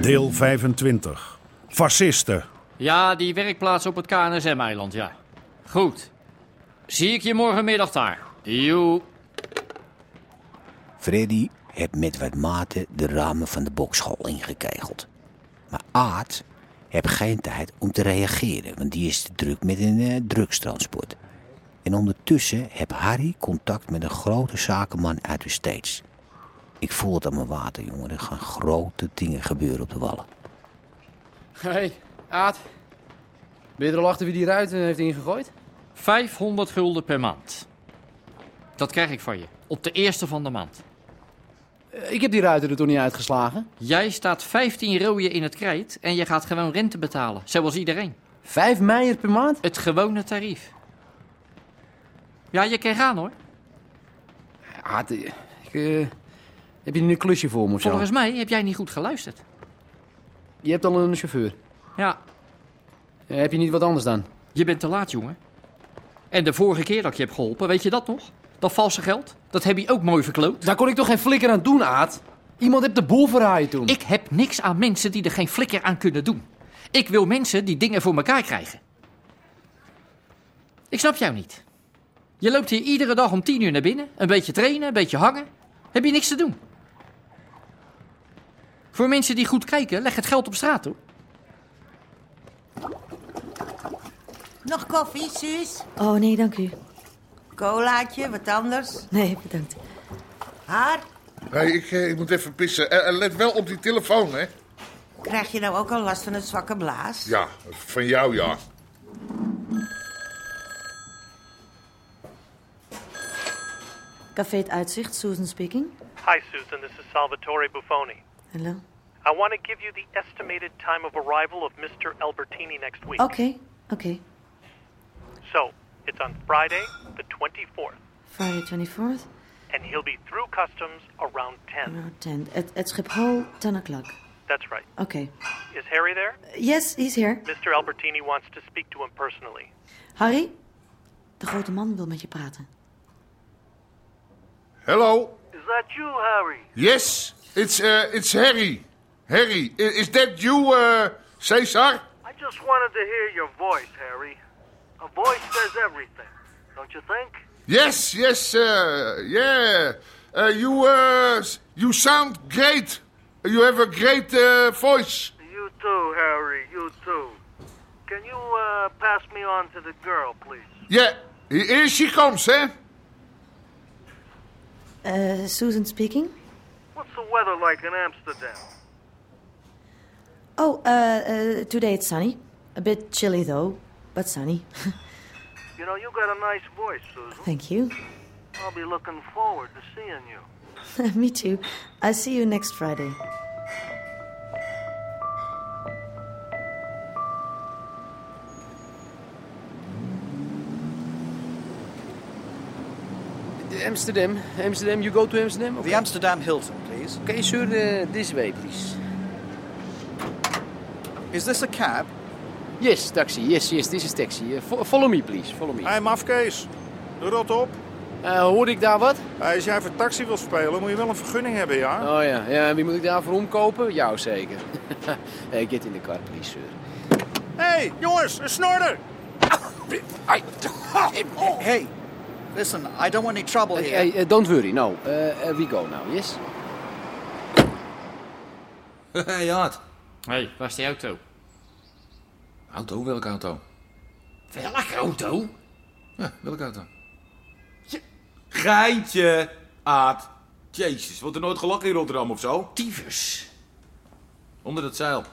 Deel 25. Fascisten. Ja, die werkplaats op het KNSM-eiland, ja. Goed. Zie ik je morgenmiddag daar. Joe. Freddy heb met wat mate de ramen van de bokschool ingekegeld. Maar Aad heb geen tijd om te reageren, want die is te druk met een eh, drugstransport. En ondertussen heb Harry contact met een grote zakenman uit de States. Ik voel het aan mijn water, jongen. Er gaan grote dingen gebeuren op de wallen. Hey, Aad. Ben je er al achter wie die ruiten heeft ingegooid? 500 gulden per maand. Dat krijg ik van je. Op de eerste van de maand. Eh, Ik heb die ruiten er toen niet uitgeslagen. Jij staat 15 rooien in het krijt en je gaat gewoon rente betalen. Zoals iedereen. Vijf meijer per maand? Het gewone tarief. Ja, je kan gaan hoor. Aad, eh, ik, eh, heb je nu een klusje voor me of zo? Volgens mij heb jij niet goed geluisterd. Je hebt al een chauffeur. Ja, Eh, heb je niet wat anders dan? je bent te laat, jongen. En de vorige keer dat ik je heb geholpen, weet je dat nog? Dat valse geld, dat heb je ook mooi verkloot. Daar kon ik toch geen flikker aan doen, Aad? Iemand heeft de boel verraaien toen. Ik heb niks aan mensen die er geen flikker aan kunnen doen. Ik wil mensen die dingen voor elkaar krijgen. Ik snap jou niet. Je loopt hier iedere dag om tien uur naar binnen. Een beetje trainen, een beetje hangen. Heb je niks te doen. Voor mensen die goed kijken, leg het geld op straat hoor. Nog koffie, Suus? Oh nee, dank u. Colaatje, wat anders? Nee, bedankt. Haar? Hey, ik, eh, ik moet even pissen. En, en let wel op die telefoon, hè? Krijg je nou ook al last van een zwakke blaas? Ja, van jou ja. Café Het Uitzicht, Susan speaking. Hi, Susan. This is Salvatore Buffoni. Hallo. I want to give you the estimated time of arrival of Mr. Albertini next week. Oké, oké. So, it's on Friday, the 24th, Friday 24th, and he'll be through customs around 10. around 10. At, at Schiphol, 10 o'clock. That's right. Oké. Is Harry there? Yes, he's here. Mr. Albertini wants to speak to him personally. Harry, de grote man wil met je praten. Hello? Is that you, Harry? Yes? It's, eh, it's Harry. Harry, i- is that you, eh, Cesar? I just wanted to hear your voice, Harry. A voice says everything, don't you think? Yes, yes, eh, yeah. Eh, you, eh, s- you sound great. You have a great eh, voice. You too, Harry. You too. Can you uh, pass me on to the girl, please? Yeah, he- here she comes, hè? Eh, Susan speaking. What's the weather like in Amsterdam? Oh, eh, eh, today it's sunny. A bit chilly though, but sunny. You know, you got a nice voice, Susan. Thank you. I'll be looking forward to seeing you. Me too. I see you next Friday. Amsterdam, Amsterdam, you go to Amsterdam? The Amsterdam Hilton, please. okay, sir, eh, this way, please. Is this a cab? Yes, taxi. Yes, yes, this is taxi. Eh, fo- follow me, please. Follow me. Hé, mafkees. Rot op. Eh, hoorde ik daar wat? Hey, als jij voor taxi wil spelen, moet je wel een vergunning hebben, ja? Oh ja, ja en wie moet ik daarvoor omkopen? Jou zeker. hey, get in the car, please, sir. Hé, hey, jongens, een snorder! Hey, listen, I don't want any trouble Hey, here. hey, eh, don't worry, no. Eh, eh, we go now, yes? Hey, Jaat. Hé, hey, waar is die auto? Auto, welke auto? Welke auto? Ja, welke auto? Geintje, Aad. Jezus, wordt er nooit gelachen in Rotterdam of zo? Tyfus. Onder dat zeil.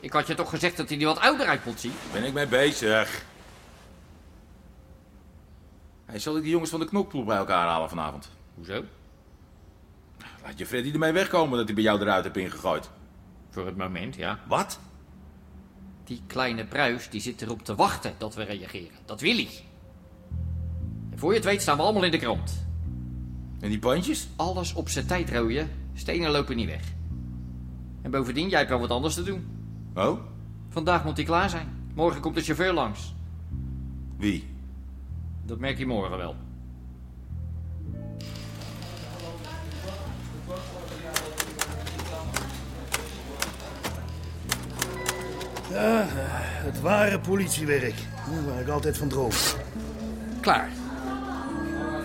Ik had je toch gezegd dat hij er wat ouder uit kon zien? Ben ik mee bezig. Hey, zal ik die jongens van de knokploeg bij elkaar halen vanavond? Hoezo? Laat je Freddy ermee wegkomen dat hij bij jou eruit hebt ingegooid. Voor het moment, ja. Wat? Die kleine bruis die zit erop te wachten dat we reageren. Dat wil hij. En voor je het weet staan we allemaal in de krant. En die pandjes? Alles op zijn tijd, rooien. Stenen lopen niet weg. En bovendien, jij hebt wel wat anders te doen. Oh? Vandaag moet hij klaar zijn. Morgen komt de chauffeur langs. Wie? Dat merk je morgen wel. Ja, het ware politiewerk. Daar waar ik altijd van droom. Klaar.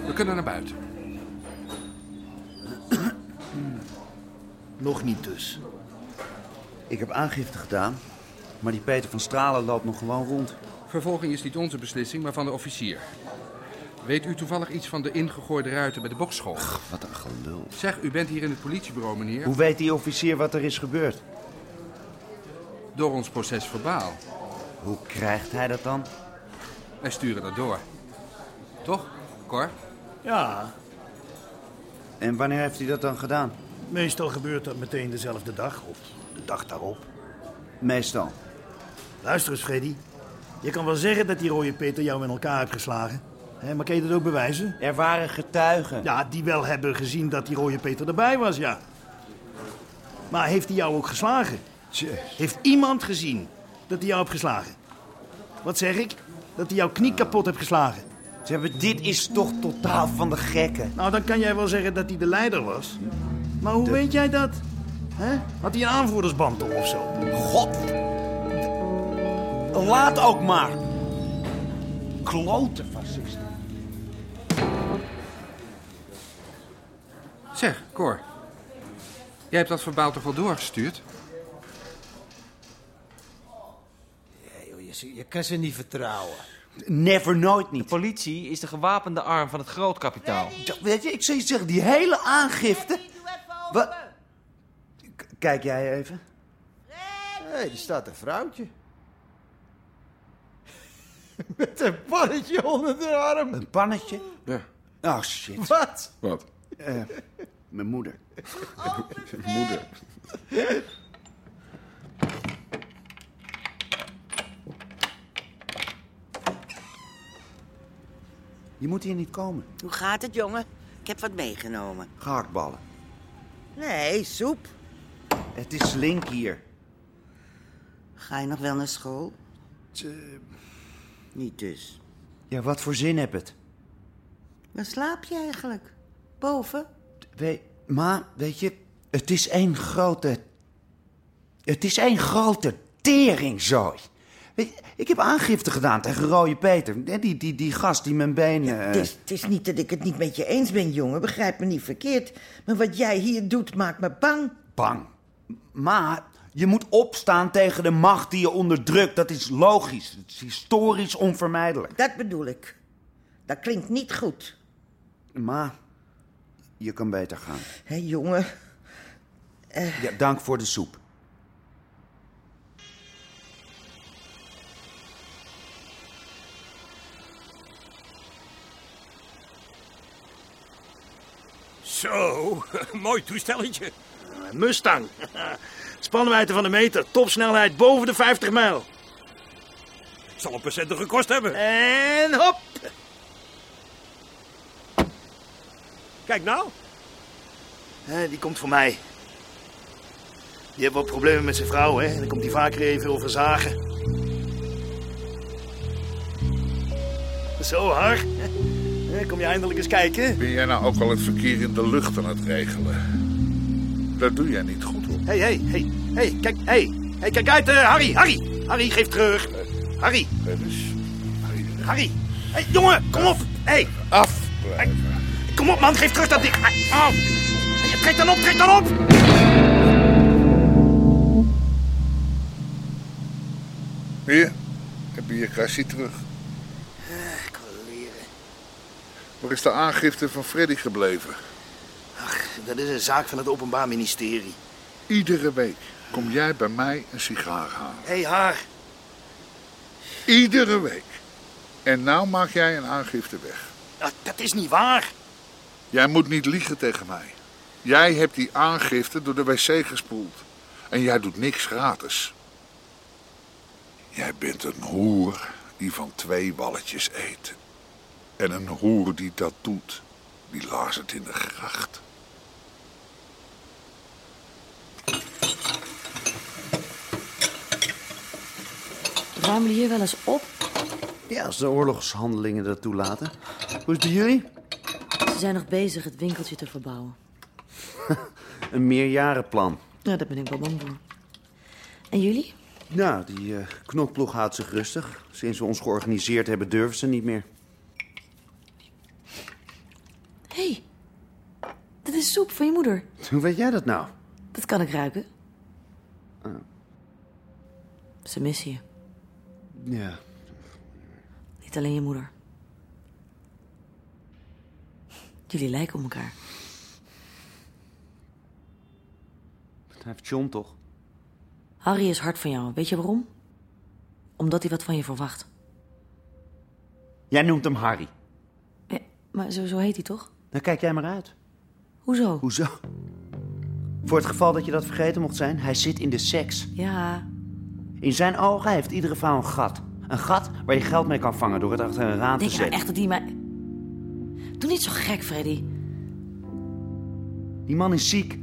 We kunnen naar buiten. Nog niet dus. Ik heb aangifte gedaan, maar die Peter van Stralen loopt nog gewoon rond. Vervolging is niet onze beslissing, maar van de officier. Weet u toevallig iets van de ingegooide ruiten bij de bokschool? Wat een gelul. Zeg, u bent hier in het politiebureau, meneer. Hoe weet die officier wat er is gebeurd? Door ons proces verbaal. Hoe krijgt hij dat dan? Wij sturen dat door. Toch, Cor? Ja, En wanneer heeft hij dat dan gedaan? meestal gebeurt dat meteen dezelfde dag of de dag daarop. Meestal. Luister eens, Freddy. Je kan wel zeggen dat die rode Peter jou in elkaar heeft geslagen. Hè, maar kan je dat ook bewijzen? Er waren getuigen. Ja, die wel hebben gezien dat die rode Peter erbij was, ja. Maar heeft hij jou ook geslagen? Heeft iemand gezien dat hij jou heeft geslagen? Wat zeg ik? Dat hij jouw knie kapot heeft geslagen. Ze hebben, dit is toch totaal van de gekken. Nou, dan kan jij wel zeggen dat hij de leider was. Maar hoe weet jij dat? Hè? Had hij een aanvoerdersband om of zo? God! Laat ook maar! Klote fascisten. Zeg, Cor. Jij hebt dat verbaal toch wel doorgestuurd? Je, je kan ze niet vertrouwen. Never, nooit niet. De politie is de gewapende arm van het grootkapitaal. Ja, Weet je, ik zou je zeggen, die hele aangifte... Wat? K- Kijk jij even? Hé, hey, er staat een vrouwtje. Met een pannetje onder de arm. Een pannetje? Ja. Oh, shit. Wat? Wat? Eh, mijn moeder. Moeder. Je moet hier niet komen. Hoe gaat het, jongen? Ik heb wat meegenomen. Gehaktballen. Nee, soep. Het is link hier. Ga je nog wel naar school? Niet dus. Ja, wat voor zin heb het? Waar slaap je eigenlijk? Boven? Weet, maar, weet je, het is één grote... Het is één grote teringzooi. Weet je, ik heb aangifte gedaan tegen Rode Peter. Die, die, die, die gast die mijn benen... eh, Het is, het is niet dat ik het niet met je eens ben, jongen. Begrijp me niet verkeerd. Maar wat jij hier doet, maakt me bang. Bang. Maar je moet opstaan tegen de macht die je onderdrukt. Dat is logisch. Het is historisch onvermijdelijk. Dat bedoel ik. Dat klinkt niet goed. Maar je kan beter gaan. Hé, jongen. Ja, dank voor de soep. Zo, mooi toestelletje. Ah, Mustang. Spanwijdte van de meter, topsnelheid boven de 50 mijl. Zal een patiënt gekost hebben. En hop! Kijk nou. Eh, die komt voor mij. Die heeft wat problemen met zijn vrouw, hè? En dan komt hij vaker even over zagen. Zo, Har. Eh, Kom je eindelijk eens kijken? Ben jij nou ook al het verkeer in de lucht aan het regelen? Dat doe jij niet goed, hoor. Hé, hé, hé. Hé, kijk, hé. Hé, kijk uit, eh, Harry, Harry. Harry, geef terug. Harry. Harry. Hé, jongen, kom op. Hé. Af. Kom op, man, geef terug dat ding. Ai, Au. Hé, Trek dan op, trek dan op. Hier, heb je je kassie terug. Ah, Waar is de aangifte van Freddy gebleven? Dat is een zaak van het Openbaar Ministerie. Iedere week kom jij bij mij een sigaar halen. Hé, hey, haar. Iedere week. En nou maak jij een aangifte weg. Ah, Dat is niet waar. Jij moet niet liegen tegen mij. Jij hebt die aangifte door de wc gespoeld. En jij doet niks gratis. Jij bent een hoer die van twee walletjes eet. En een hoer die dat doet, die lazert in de gracht. Ruimen jullie hier wel eens op? Ja, als de oorlogshandelingen dat toelaten. Hoe is het bij jullie? Ze zijn nog bezig het winkeltje te verbouwen. Een meerjarenplan. Nou, dat ben ik wel bang voor. En jullie? Nou, die eh knokploeg houdt zich rustig. Sinds we ons georganiseerd hebben, durven ze niet meer. Hé, hey, dat is soep van je moeder. Hoe weet jij dat nou? Dat kan ik ruiken. Ah. Oh. Ze missen je. Ja. Niet alleen je moeder. Jullie lijken op elkaar. Dat heeft John toch? Harry is hard van jou. Weet je waarom? Omdat hij wat van je verwacht. Jij noemt hem Harry. Maar zo, zo heet hij toch? Nou, kijk jij maar uit. Hoezo? Hoezo? Voor het geval dat je dat vergeten mocht zijn, hij zit in de seks. Ja. In zijn ogen heeft iedere vrouw een gat. Een gat waar je geld mee kan vangen door het achter een raam Denk te je nou zetten. echt dat hij mij... Doe niet zo gek, Freddy. Die man is ziek.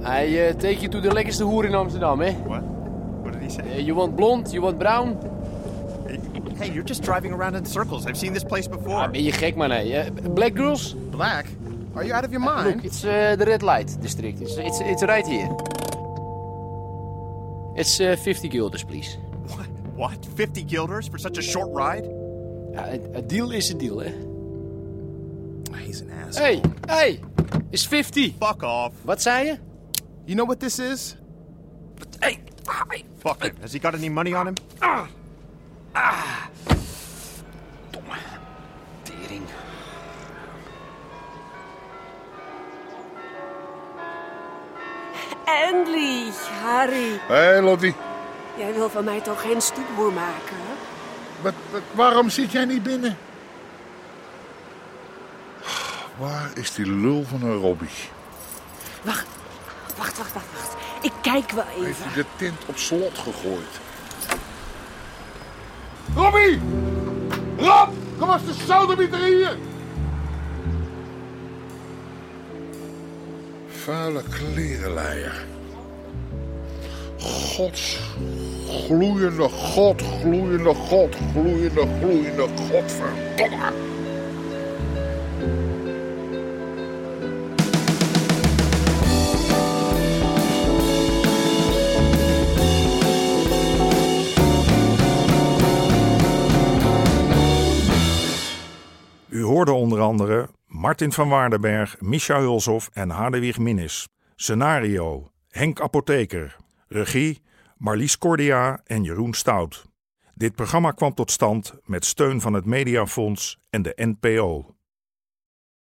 Hij eh, take you to de lekkerste hoer in Amsterdam, hè? What? What did he say? you want blond, you want brown? Hey, you're just driving around in circles. I've seen this place before. Ah, ben je gek, man, hè? Eh, black girls? Black? Are you out of your Eh, mind? Look, it's eh, the red light district. It's, it's, it's right here. It's eh, 50 guilders, please. What? 50 guilders for such a short ride? Ja, een een deal is een deal, hè? He's an asshole. Hey, hey! Is 50! Fuck off. Wat zei je? You know what this is? Hey! hey. Fuck him. Has he got any money on him? Ah! Ah! Tering. Endlich, Harry. Hé, hey, Lottie. Jij wil van mij toch geen stoetboer maken? hè? Wat, wat- waarom zit jij niet binnen? Waar is die lul van een Robbie? Wacht, wacht, wacht, wacht. Ik kijk wel even. Heeft hij de tent op slot gegooid? Robbie! Rob! Kom als de sodemieter hier! Vuile klerenleier. Gods gloeiende god, gloeiende god, gloeiende, gloeiende godverdomme. U hoorde onder andere Martin van Waardenberg, Micha Hulshoff en Hadewig Minnis. Scenario Henk Apotheker. Regie Marlies Cordia en Jeroen Stout. Dit programma kwam tot stand met steun van het Mediafonds en de NPO.